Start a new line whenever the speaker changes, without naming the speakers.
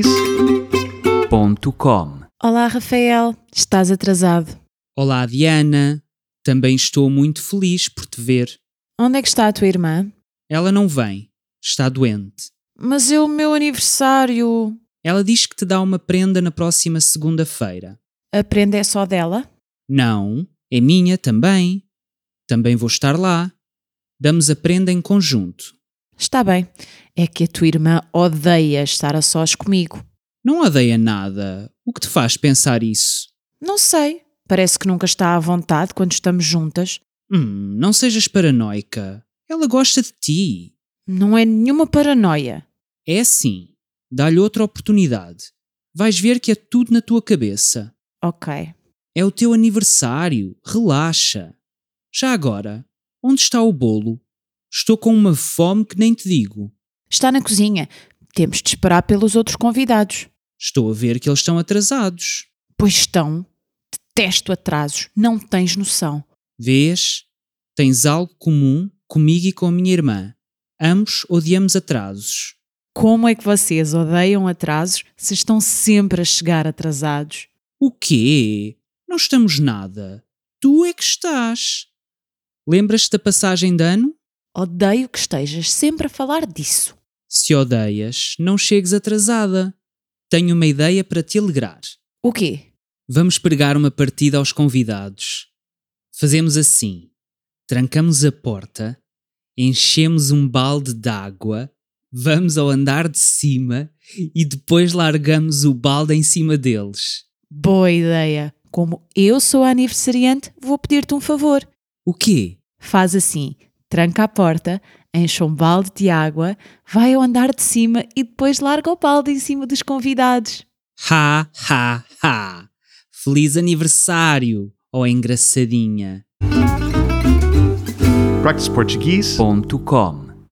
practiceportuguese.com.
Olá, Rafael. Estás atrasado.
Olá, Diana. Também estou muito feliz por te ver.
Onde é que está a tua irmã?
Ela não vem. Está doente.
Mas é o meu aniversário.
Ela diz que te dá uma prenda na próxima segunda-feira.
A prenda é só dela?
Não, é minha também. Também vou estar lá. Damos a prenda em conjunto.
Está bem. É que a tua irmã odeia estar a sós comigo.
Não odeia nada. O que te faz pensar isso?
Não sei. Parece que nunca está à vontade quando estamos juntas.
Hum, não sejas paranoica. Ela gosta de ti.
Não é nenhuma paranoia.
É assim. Dá-lhe outra oportunidade. Vais ver que é tudo na tua cabeça.
Ok.
É o teu aniversário. Relaxa. Já agora, onde está o bolo? Estou com uma fome que nem te digo.
Está na cozinha. Temos de esperar pelos outros convidados.
Estou a ver que eles estão atrasados.
Pois estão. Detesto atrasos. Não tens noção.
Vês? Tens algo comum comigo e com a minha irmã. Ambos odiamos atrasos.
Como é que vocês odeiam atrasos se estão sempre a chegar atrasados?
O quê? Não estamos nada. Tu é que estás. Lembras-te da passagem de ano?
Odeio que estejas sempre a falar disso.
Se odeias, não chegues atrasada. Tenho uma ideia para te alegrar.
O quê?
Vamos pregar uma partida aos convidados. Fazemos assim: trancamos a porta, enchemos um balde de água, vamos ao andar de cima e depois largamos o balde em cima deles.
Boa ideia. Como eu sou a aniversariante, vou pedir-te um favor.
O quê?
Faz assim: tranca a porta, enche um balde de água, vai ao andar de cima e depois larga o balde em cima dos convidados.
Ha, ha, ha! Feliz aniversário, ó engraçadinha!
practiceportuguese.com